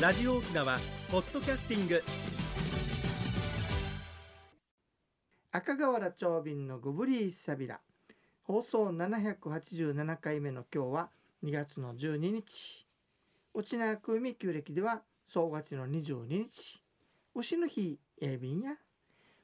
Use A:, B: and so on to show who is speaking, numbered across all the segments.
A: ラジオ沖縄ポッドキャスティング
B: 赤瓦長瓶のゴブリーサビラ放送787回目の今日は2月の12日沖縄空海旧暦では総勝ちの22日牛の日鋭便や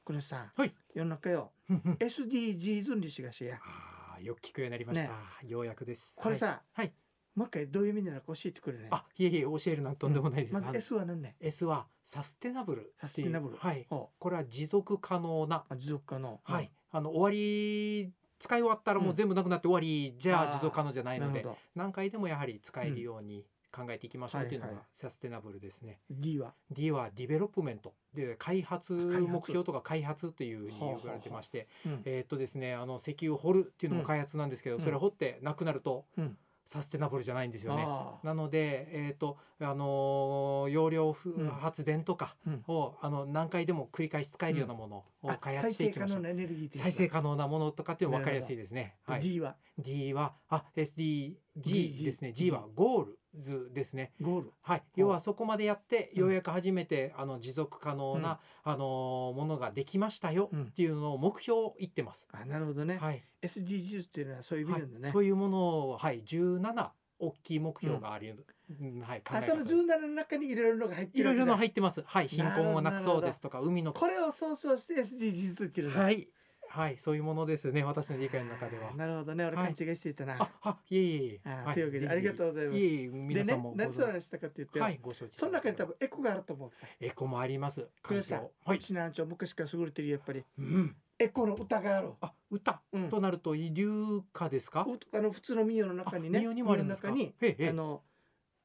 B: これさ、
C: はい
B: 世の中よ SDGs にしがしや
C: ああ、よく聞くようになりました。
B: ね
C: ようやくです。
B: これさ、
C: はいはい
B: もう一回どういう意味なのか教えてくれない
C: はい、あ、いえいえ、教えるなんてとんでもないです。
B: まず
C: あの
B: S は何ね
C: S はサステナブルっていう。
B: サスティナブル
C: はい。
B: ほ
C: これは持続可能な。
B: う持続可能
C: はい。あの終わり。使い終わったらもう全部なくなって終わりじ
B: うん
C: ゃあ持続可能じゃな
B: ないる
C: の
B: ほ
C: で、
B: ど
C: 何回でもやはり使えるように考えていきましょう
B: はい
C: というの
B: は
C: が
B: い
C: サステナブルですね。
B: D は
C: D はディベロップメントで開発
B: 開発
C: 目標とか開発というふうに
B: ほうほうほう
C: 呼ばれてまして、
B: うん
C: えーっとですねあの石油を掘るっていうのも開発なんですけど、
B: うん
C: それ掘ってなくなると
B: うん
C: サステナブルじゃないんですよね。
B: ああ
C: なので、えーとあのー容量ふ
B: うん
C: 発電とか
B: うん
C: を、あの何回でも繰り返し使えるようなものを
B: あ
C: 開
B: 再
C: 発して
B: 生
C: いき
B: 可
C: ましょ
B: 能
C: う。
B: なエネルギーっていうの
C: 再生可能なものとかっていうの分かりやすいですね。
B: で
C: はい、
B: G は
C: D はあ SDG
B: G
C: ですね。
B: G
C: G はゴールズですね。
B: ゴール
C: はい、要はそこまでやってようやく初めて、あの持続可能な、あのーものができましたよ
B: うん
C: っていうのを目標を言ってます。
B: あなるほどね、
C: はい、
B: SDGs っていうのはそういう意
C: は
B: 味
C: い
B: なんだね、
C: そういうものをはい17大きい目標があり、うんはい考え
B: あそ
C: 方
B: の
C: です
B: 17の中にいろいろのが入って
C: い
B: る
C: ろいろの
B: っ
C: 入ってます。はい、貧困をなく
B: なる
C: そ
B: ほど
C: うですとか、海の。
B: これを総称して SDGs っていうのだ
C: はい、はい、そういうものですね。私の理解の中では
B: あ。なるほどね俺
C: は
B: 勘
C: い
B: 違いしていたな、
C: あ、あ、いえいえいえ。
B: あ
C: はい
B: というわけで
C: ぜひ
B: ありがとうございます
C: いえいえ
B: で
C: 皆さ
B: ね
C: んもご存知。
B: 何でその話したかって言って、
C: はい、ご承知。
B: その中に多。分エコがあると思うわけさ
C: エコもあります。
B: これさ
C: 環境はい。
B: ちなんちょ昔から優れてるやっぱり
C: うん。
B: エコの歌がある
C: あ、歌
B: うん
C: となると、流歌ですか。
B: うあの普通の民謡の中にね
C: あ民謡にもあるんですか
B: 民謡の
C: へえ
B: 中
C: へ
B: に
C: え
B: あの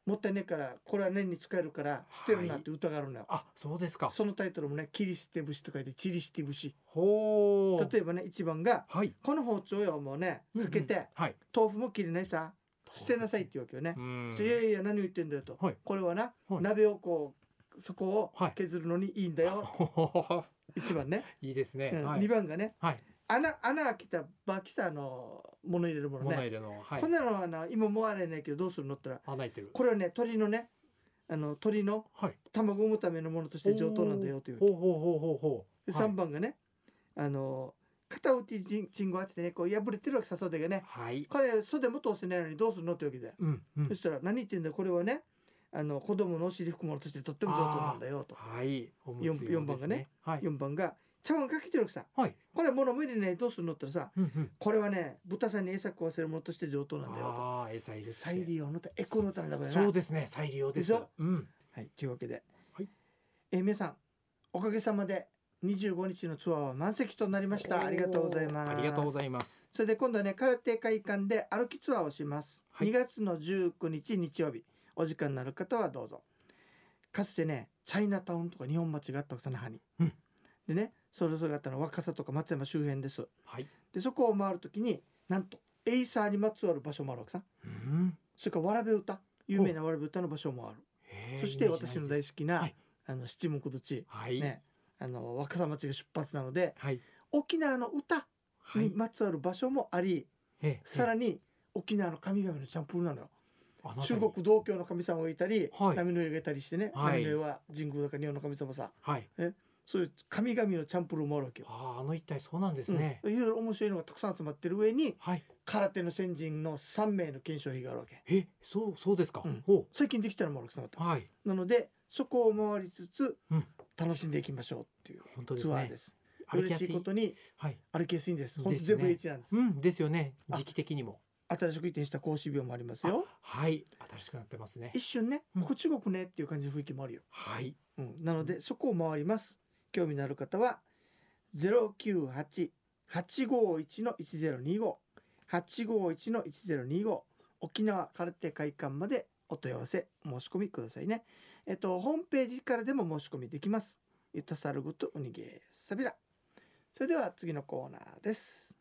B: もったいねえからこれは年に使えるから捨てるなって歌があるんだよ、
C: あ、そうですか。
B: そのタイトルもね「キリステブシ」と書いて「チリシティブシ」
C: ほう。
B: 例えばね一番が
C: はい。
B: 「この包丁よもうねかけて、
C: うんうんはい。
B: 豆腐も切れないさ捨てなさい」って言うわけよね
C: う。ん。
B: そういやいや何を言ってんだよと、
C: はい
B: これはな、
C: はい
B: 鍋をこうそこ
C: は
B: を
C: い
B: 削るのにいいんだよ、
C: ほほほほ
B: 一番ね、
C: いいですね。
B: うん
C: は
B: 二
C: い。
B: 番がね
C: はい。
B: 穴穴開けたバキサの物入れるもの
C: 物
B: ね
C: 入れの。はい
B: こん。なのはな今もうあれないけどどうするのって言ったら
C: 穴開いてる。
B: これはね鳥のねあの鳥の
C: はい。
B: 卵を産むためのものとして上等なんだよというわ
C: ほ
B: け
C: うほうほうほうほう。
B: で
C: はい
B: 3番がね、あの片打ちチンチンゴあってねこう破れてるわけさそうだけどね
C: はい。
B: これ袖も通せないのにどうするのってわけで、
C: うん、うん
B: そ。したら何言ってんだこれはねあの子供のお尻拭くものとしてとっても上等なんだよと
C: はい。おむつ
B: 四
C: 用
B: 四番がね
C: です。はい。
B: 4番が茶碗かけてるわけさ
C: はい。
B: これは物無理ねどうするのって言ったらさ
C: うんうん。
B: これはね豚さんに餌食わせるものとして上等なんだよと
C: ああ、餌入れです
B: 再
C: ね。
B: 利用のたエコのためだから
C: そう
B: な
C: ですね。再利用です。
B: でしょ
C: うん。
B: はいというわけで、
C: はい
B: えー皆さんおかげさまで25日のツアーは満席となりましたありがとうございます
C: ありがとうございます。
B: それで今度はね空手会館で歩きツアーをします、
C: はい
B: 2月の19日日曜日お時間のある方はどうぞかつてねチャイナタウンとか日本町があった草那覇に、
C: うん
B: でねそれ姿の若狭とか松山周辺です
C: はい。
B: でそこを回るときになんとエイサーにまつわる場所もあるわけさ
C: うん。
B: それからわらべ歌有名なわらべ歌の場所もある
C: へー
B: そして私の大。好きな、
C: はい
B: あの七目どっち
C: はい。
B: ねあの若狭町が出発なので
C: はい。
B: 沖縄の歌
C: は
B: に
C: い。
B: まつわる場所もあり、さら
C: に
B: に沖縄の神々のチャンプルーなのよ中国道教の神様がいたり、
C: はい
B: 波の湯がいたりしてね、
C: はい
B: 波の湯は神宮だから日本の神様さ
C: はい。
B: そういう神々のチャンプルーもあるわけよ。
C: ああ、あの一体そうなんですね。
B: うんいろいろ面白いのがたくさん集まってる上に
C: はい。
B: 空手の先人の3名の検証費があるわけ
C: え、そう、そうですか。
B: うん
C: ほ
B: 最近できたのもあるわけさま
C: う。
B: た
C: はい。
B: なのでそこを回りつつ、
C: うん
B: 楽しんでいきましょうっていう
C: 本当です
B: ツ
C: ね。
B: アーです
C: 歩き
B: 嬉
C: や
B: し
C: す
B: いことに
C: はい。
B: 歩きやすいんです
C: ですね
B: 本当全部 H なんです
C: うん、ですよね。
B: あ
C: 時期的にも。
B: 新しく移転した講師病もありますよ
C: はい。新しくなってますね。
B: 一瞬ね、
C: うん
B: ここ中国ねっていう感じの雰囲気もあるよ
C: はい。
B: うん、なのでそこを回ります興味のある方は098-851-1025 851-1025沖縄空手会館までお問い合わせ申し込みくださいねえっとホームページからでも申し込みできますゆたさるごとうにげさびらそれでは次のコーナーです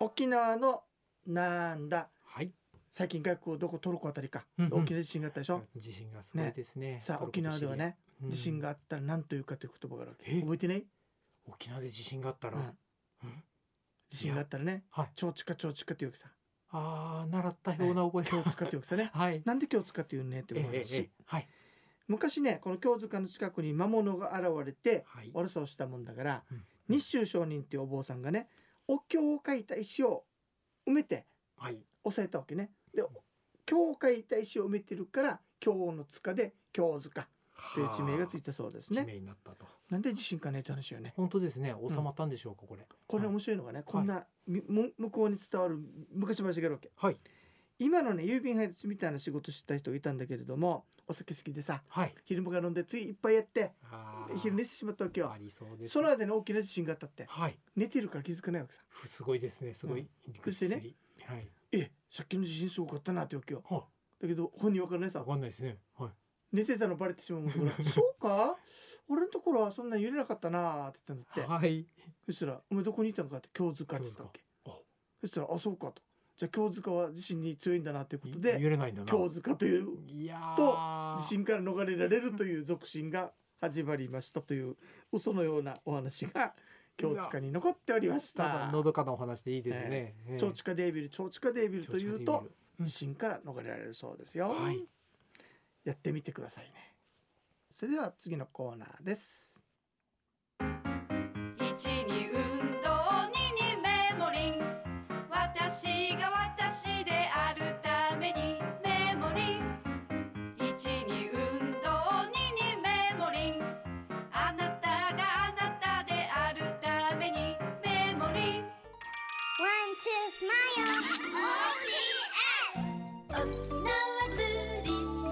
B: 沖縄のなんだ
C: はい。
B: 最近外国どこトルコあたりか、
C: うんうん
B: 大きな地震があったでしょ、
C: 地震がすごいですね。
B: さあ
C: トルコ
B: 沖縄ではね、
C: とシリア、
B: 地震
C: が。
B: があったら何というかという言葉があるわけ
C: え
B: 覚えてない、
C: 沖縄で地震があった
B: う
C: ら。
B: ん、地震があったらね
C: はい。
B: 長地か長地かっていうわけさ
C: ああ習ったような覚え
B: 今日
C: が
B: 塚って言うんですよね
C: はい
B: なんで今日塚って言うねって
C: ええ
B: 思います
C: え
B: し
C: えはい
B: 昔ねこの京塚の近くに魔物が現れて
C: はい
B: 悪さをしたもんだから、
C: うん
B: 日州上人っていうお坊さんがねお経を書いた石を埋めて
C: はい
B: 押さえたわけねで経を書いた石を埋めてるから経の塚で経塚という地名がつい
C: て
B: たそうです
C: 地
B: ね
C: 名になったと
B: なんで地震かねって話よね
C: 本当ですね収まったんでしょうかこれ
B: これ
C: はい
B: 面白いのがね、こんなみむ向こうに伝わる昔話があるわけ
C: はい
B: 今のね郵便配達みたいな仕事してた人がいたんだけれどもお酒好きでさ
C: はい
B: 昼間から飲んでついいっぱいやって
C: あー
B: 昼寝してしまったわけよ
C: ありそうですね
B: その間に大きな地震があったって
C: はい
B: 寝てるから気づかないわけさ
C: ふすごいですねすご
B: う
C: い
B: ん
C: ぐっすり
B: そして
C: はい
B: ええさっきの地震すごかったなってわけよ
C: は
B: だけど本人わからないさ
C: わかんないですねはい
B: 寝てたのバレてしまうもんだから そうか俺のところはそんな揺れなかったなって言ったんだっ
C: は
B: て
C: い
B: そしたら「お前どこにいたのか?」って「京塚」って言ったわけ
C: 京塚あ
B: そしたら「あそうか」と「じゃあ京塚は地震に強いんだな」ということで
C: 揺れないんだな
B: 京塚という
C: いや
B: と
C: ー
B: 地震から逃れられるという俗信が始まりましたという嘘のようなお話が京塚に残っておりまし
C: なん
B: た
C: かのどかなお話でいいですねええ
B: 長地下デービル長地下デービルというと
C: うん
B: 地震から逃れられるそうですよ、
C: はい
B: やってみてくださいねそれでは次のコーナーです
D: 一に運動二にメモリン私が私であるためにメモリン一に運動二にメモリンあなたがあなたであるためにメモリン
E: One, two, smile. OPS. 沖縄ツーリスト。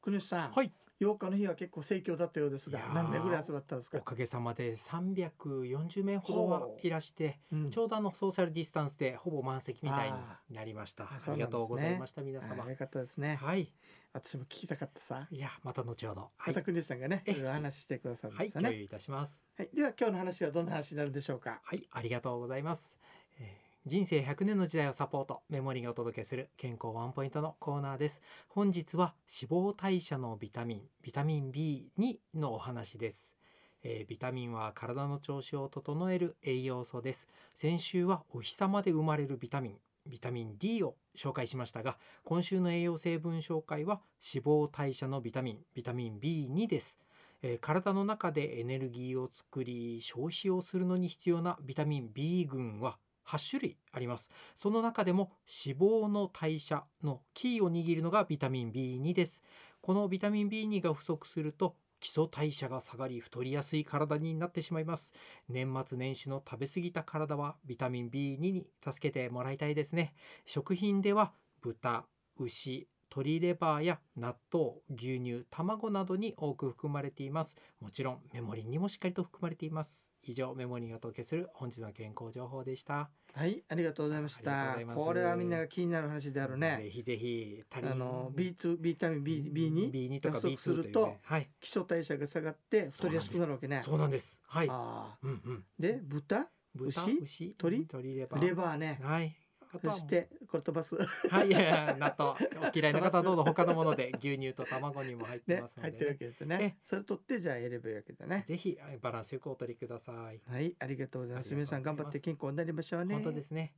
B: 国吉さん、
C: はい
B: 8日の日は結構盛況だったようですが
C: いやー
B: 何名ぐらい集まったんですか
C: お、かげさまで340名ほどはいらして
B: うん
C: ちょうどあのソーシャルディスタンスでほぼ満席みたいに
B: あ
C: なりました
B: あ
C: あ
B: そうな
C: り
B: んです
C: が
B: ね
C: とうございました皆様
B: あーよかったですね、
C: はい
B: 私も聞きたかったさ
C: いやまた後ほどは
B: ま
C: い
B: た国吉さんがね、
C: え
B: い、ろいろ話してくださるん
C: は
B: で
C: い
B: すよね、
C: 共
B: はい
C: 有いたします
B: では今日の話はどんな話になるでしょうか
C: はい、ありがとうございます。えー人生100年の時代をサポート、メモリーがお届けする健康ワンポイントのコーナーです。本日は脂肪代謝のビタミン、ビタミン B2 のお話です。えービタミンは体の調子を整える栄養素です。先週はお日様で生まれるビタミン、ビタミン D を紹介しましたが、今週の栄養成分紹介は脂肪代謝のビタミン、ビタミン B2 です。えー体の中でエネルギーを作り消費をするのに必要なビタミン B 群は8種類ありますその中でも脂肪の代謝のキーを握るのがビタミン B2 ですこのビタミン B2 が不足すると基礎代謝が下がり太りやすい体になってしまいます年末年始の食べ過ぎた体はビタミン B2 に助けてもらいたいですね食品では豚牛鶏レバーや納豆牛乳卵などに多く含まれていますもちろんメモリンにもしっかりと含まれています以上メモリンがお届けする本日の健康情報でした
B: はいありがとうございまし
C: あり
B: た
C: がとうございます
B: これはみんなが気になる話である
C: ぜ
B: ね
C: ひぜひ足りん
B: あの B2 ビタミン B B2
C: B2 とか
B: 不足
C: B2
B: すると
C: というねはい
B: 基礎代謝が下がって太りやすくなるわけね
C: そうなんですはい
B: あ
C: うんうん
B: ーで豚
C: 豚
B: 牛
C: 牛
B: 鶏
C: 鶏レバー
B: レバーね
C: はいあと
B: そ
C: はもう
B: してこれ飛ばす
C: はいいやいや納豆お嫌いな方はどうぞ他のも ので牛乳と卵にも入って
B: ね
C: ますの
B: 入
C: で、
B: ってるわけですよね
C: え
B: それ取ってじゃあ選べるわけだね
C: ぜひあバランスよくお取りください、
B: はいありがとうございます
C: あり
B: 皆
C: がと
B: さ
C: うんございます
B: 頑張って健康になりましょうね
C: 本当ですね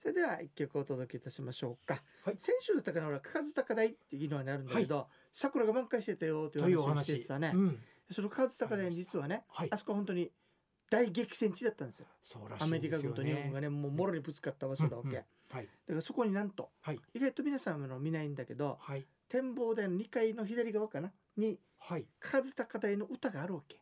B: それでは一曲お届けいたしましょうか、
C: はい
B: 先週だったかなほら数高台っていうのになるんだけど、桜が満開してたよと
C: とい
B: いうう
C: お
B: 話をし
C: 話
B: てたね、
C: うん、
B: その数高台に実はね
C: はい
B: あそこ本当に大激戦地だったんですよ
C: そうらし
B: ア
C: いん
B: メ
C: です
B: リ
C: よね
B: カ軍と日本がねもうもろにぶつかった場所だわけ、
C: うんうん
B: だ
C: はい
B: からそこになんと
C: はい
B: 意外と皆さんの見ないんだけど
C: はい
B: 展望台の2階の左側かなに
C: はい
B: 数高台の歌があるわけ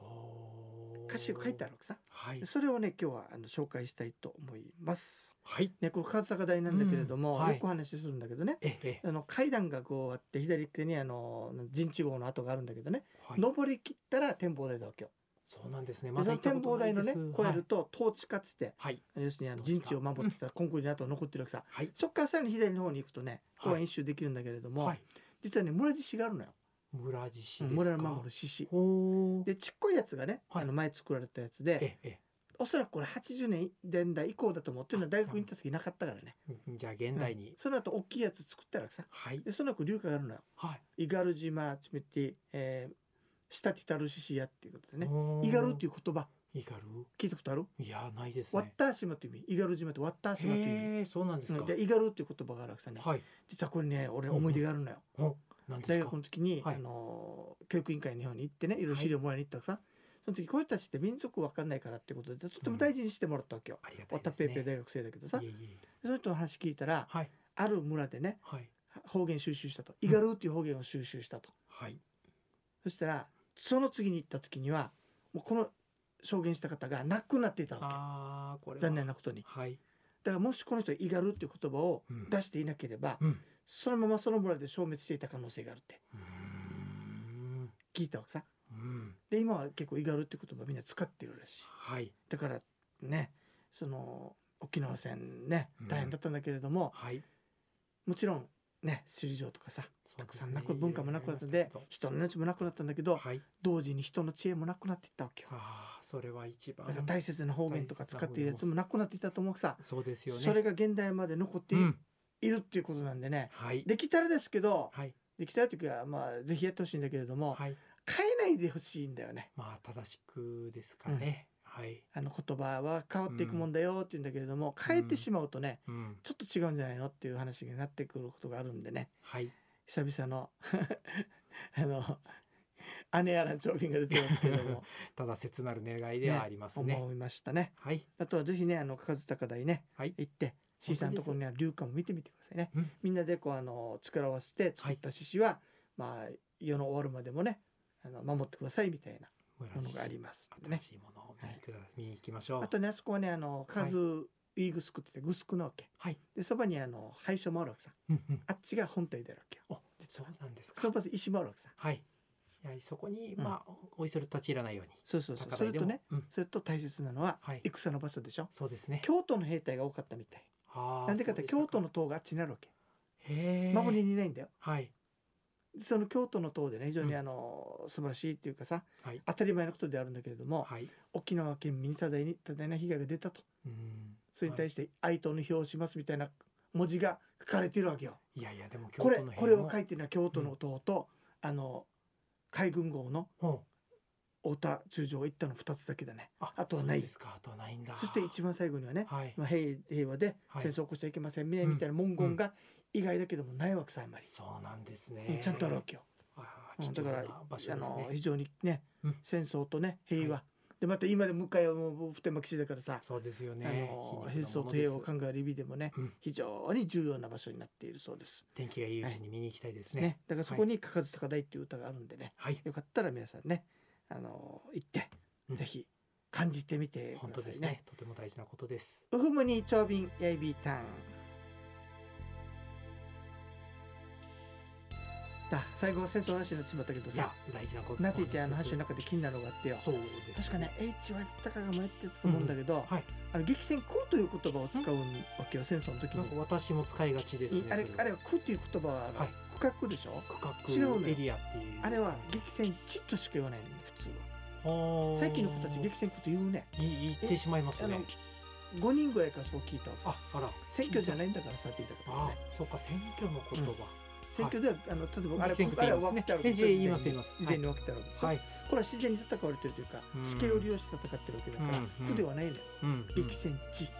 C: おー
B: 歌詞が書いてあるわけさ
C: はい
B: それをね今日はあの紹介したいと思います
C: はい
B: ねこの数高台なんだけれど
C: う
B: も、
C: んはい
B: よくお話しするんだけどね
C: ええ
B: あの階段がこうあって左手にあの陣地号の跡があるんだけどね、
C: はい
B: 登り切ったら展望台だわけよ、
C: そうなんですね
B: で
C: ま
B: そ
C: だ行
B: の
C: った
B: 展
C: ことな
B: 望台
C: いで
B: の
C: す
B: ね越えると統治かつて
C: はい
B: 要するにあの
C: 統治
B: 陣
C: 下
B: 地を守ってたコンクリートの跡が残ってるわけさ
C: はい
B: そっからさらに左の方に行くとね
C: はい
B: 公園一周できるんだけれども、
C: はい
B: 実はね村獅子があるのよ
C: 村獅子ですか
B: 村の守る獅子
C: ほー
B: でちっこいやつがね、
C: はい
B: あの前作られたやつ
C: え
B: で
C: ええ
B: おそらくこれ80年代以降だと思うっていうのは大学に行った時なかったからね、
C: えじゃあ現代に、
B: うんその後大きいやつ作ったらさ
C: はい
B: でその後流化があるのよ
C: はい
B: イガルジマチメティ、えー、シタティタルシシヤっていうことでね
C: おー
B: イガルっていう言葉
C: イガル
B: 聞いたことある
C: いやないです
B: ワッ
C: ね
B: ター島という意味イガル島とワッター島という
C: へえそうなんで
B: 意
C: す
B: 味う
C: か
B: んでイガルっていう言葉があるわけさね
C: はい
B: 実はこれね俺思い出があるのよ
C: おなんです
B: 大
C: か
B: 学の時に、
C: はい
B: あのー教育委員会の方に行ってねいろいろ資料もらいに行ったらさ、その時こういう人たちって民族わかんないからってことでとっても大事にしてもらったわけよ、
C: ありがた
B: ワ
C: い
B: ッタ
C: で
B: ペ
C: す
B: ーペー
C: ね
B: 大学生だけどさ
C: いえいえいえ
B: その人の話聞いたら
C: はい
B: ある村でね
C: はい
B: 方言収集したとイガルーっていう方言を収集したと、
C: はい
B: そしたらその次に行った時にはもうこの証言した方が亡くなっていたわ
C: ああこれ
B: け
C: は
B: 残念なことに
C: はい
B: だからもしこの人イガルーっていう言葉を
C: うん
B: 出していなければ、
C: うん
B: そのままその村で消滅していた可能性があるって
C: うーん
B: 聞いたわけさ
C: うん
B: で今は結構イガルーっていう言葉みんな使ってるらしい
C: はい
B: だからねその沖縄戦ね
C: うん
B: 大変だったんだけれども、
C: はい
B: もちろんね首里城とかさ
C: そうですね
B: たくさんなく文化もなくなったんで
C: いろいろありました
B: 人の命もなくなったんだけど、
C: はい
B: 同時に人の知恵もなくなっていったわけよ
C: ああそれは一番
B: だから大切な方言とか使っているやつもなくなっていたと思うからさ
C: そうですよね
B: それが現代まで残ってい
C: うん
B: いるっていうことなんでね、
C: はい
B: できたらですけど
C: はい
B: できたらというかまあぜひやってほしいんだけれども、
C: はい
B: 変えないでほしいんだよね
C: まあ正しくですかねはい
B: あの言葉は変わっていくもんだよっていうんだけれども、変えてしまうとね
C: うん
B: ちょっと違うんじゃないのっていう話になってくることがあるんでね
C: はい
B: 久々の あの姉やらん長瓶が出てますけれ ども、
C: ただ切なる願いではありますね
B: 思いましたね
C: はい
B: あとはぜひねあの数高台ね、
C: はい
B: 行って C さんのところにある流館も見てみてくださいね、
C: うん
B: みんなでこうあの力を合わせて作った獅子は、まあ世の終わるまでもねあの守ってくださいみたいなものがありますんでね
C: 新しいものを見にくだ見に行きましょう
B: あとねあそこはねあのカズウイグスクって言ってグスクなわけ
C: はい
B: でそばにあの廃所もあるわけさ
C: うんうん
B: あっちが本体であるわけよ
C: お
B: 実
C: そう
B: は
C: なんです
B: そ
C: か
B: ばに石もあるわけさ
C: はいやはりそこに
B: うん
C: まあおいそれ立ち入らないように
B: そうそうそう
C: 高
B: そ
C: 台
B: れ
C: で
B: と
C: も
B: ね
C: うん
B: それと大切なのは
C: はい
B: 戦の場所でしょ
C: そうですね
B: 京都の兵隊が多かったみたい
C: あー
B: なんでかって
C: そう
B: 京
C: した
B: 都の塔があっちになるわけ
C: へえ
B: 守りにいないんだよ
C: はい
B: その京都の塔でね非常
C: う
B: に
C: ん
B: あの素晴らしいっていうかさ
C: はい
B: 当たり前のことであるんだけれども
C: はい
B: 沖縄県民に多大に多大な被害が出たと
C: うん
B: それに対して哀悼の表をしますみたいな文字が書かれているわけよ。
C: いやいやでも京
B: これ
C: 都の
B: これを書
C: はい
B: てるのは京都の塔と、あの海軍号の太田中将が行ったの2つだけだね。
C: あ
B: あとはない
C: そうですかあとはないんだ
B: そして一番最後にはね、
C: はい
B: まあ、平平和で
C: はい
B: 戦争を起こしちゃいけませんね、
C: うん
B: みたいな文言が意外だけどもないわけさあんまり、
C: そうなんです
B: うん
C: ね
B: ちゃんとあるわけよ。
C: あ
B: う
C: ー
B: ん
C: 貴
B: だ
C: 重
B: から、
C: な場所
B: あ
C: です
B: の
C: ね
B: 非常にね、
C: うん
B: 戦争とね平和、
C: は
B: でまた今で向かいはもう普天間基地だからさ、
C: そうですよ
B: あ
C: ね
B: の
C: 皮肉な
B: 戦争
C: も
B: と
C: のです
B: 平和を考える意味でもね、
C: うん
B: 非常に重要な場所になっているそうです。
C: 天気がいいうちに見に行きたいです
B: ね
C: ね
B: だからそこに「かかず高台」っていう歌があるんでね、
C: はい
B: よかったら皆さんね、あの行って、
C: うん
B: ぜひ感じてみて
C: 本
B: く
C: 当
B: ださ
C: です
B: いね
C: ね。とても大事なことです
B: うふむに長瓶やいびーたん。あ最後戦争の話になってしまったけど
C: いや
B: さ
C: 大事なこと
B: ナティちゃんの
C: 話
B: 話
C: で
B: の
C: す
B: 中で気になるのがあってよ
C: そうです
B: 確かね H はたかが迷ってたと思うんだけど、
C: はい
B: あの激戦空という言葉を使うわけよ戦争の時
C: なん
B: に
C: か。私も使いがちですね
B: いあれ
C: そ
B: あれ
C: は
B: は「空」っていう言葉は
C: はい
B: 区画でしょ違う
C: 区
B: のよ
C: 画エリアっていう
B: あれは激戦地としか言わないの普通は。最
C: 最
B: 近の子たち激戦区と言うね
C: 言ってしまいます
B: あの
C: ね
B: 5人ぐらいからそう聞いたわけさ
C: ああら
B: 選挙じゃないんだからさって言いたから
C: あ
B: ね
C: そうか選挙の言葉
B: 選挙ではあの例えばあれ
C: 激戦区と言いますね
B: あれは分けてある
C: ええ
B: わけで
C: 言います
B: 事
C: 言い
B: 前に
C: ます
B: 事前に分けてあるわけでしょ、
C: はい
B: これは自然に戦われてるというか
C: うん
B: 地形を利用して戦ってるわけだから
C: うんうん
B: 区ではないのよ
C: うん
B: 激戦地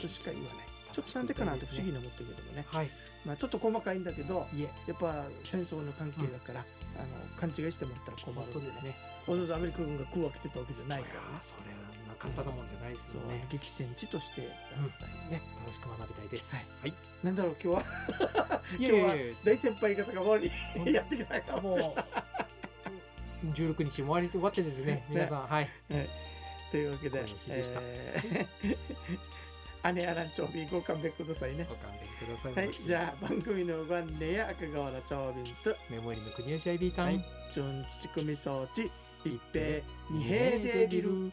B: としか言わないちょっとなんでかなって不思議に思ってるけどもね
C: はい
B: まあちょっと細かいんだけど
C: いえ
B: やっぱ戦争の関係だからあの勘違いしてもらったら困
C: 本
B: る
C: 当
B: んで
C: です
B: ね
C: ね
B: わざわざアメリカ軍が空を開けてたわけじゃないからね
C: それはなかったもんじゃないです
B: そ
C: よ
B: う
C: ね
B: 激戦地としてくださいね
C: 楽しく学びたいですい
B: なんだろう今日は
C: い
B: 今日は
C: やいや
B: 大先輩方が周り
C: 本当
B: に
C: に
B: やってきたかもしれな
C: も
B: い
C: う16日終 わり終わって ですね皆さんはい
B: というわけで
C: この日でした
B: えー姉アラン長瓶ご勘弁くださいね
C: ご勘弁ください
B: はいじゃあ番組のご案内や赤瓦長瓶と
C: メモリの国吉 IB ターン
B: 純乳組装置一平二平でビル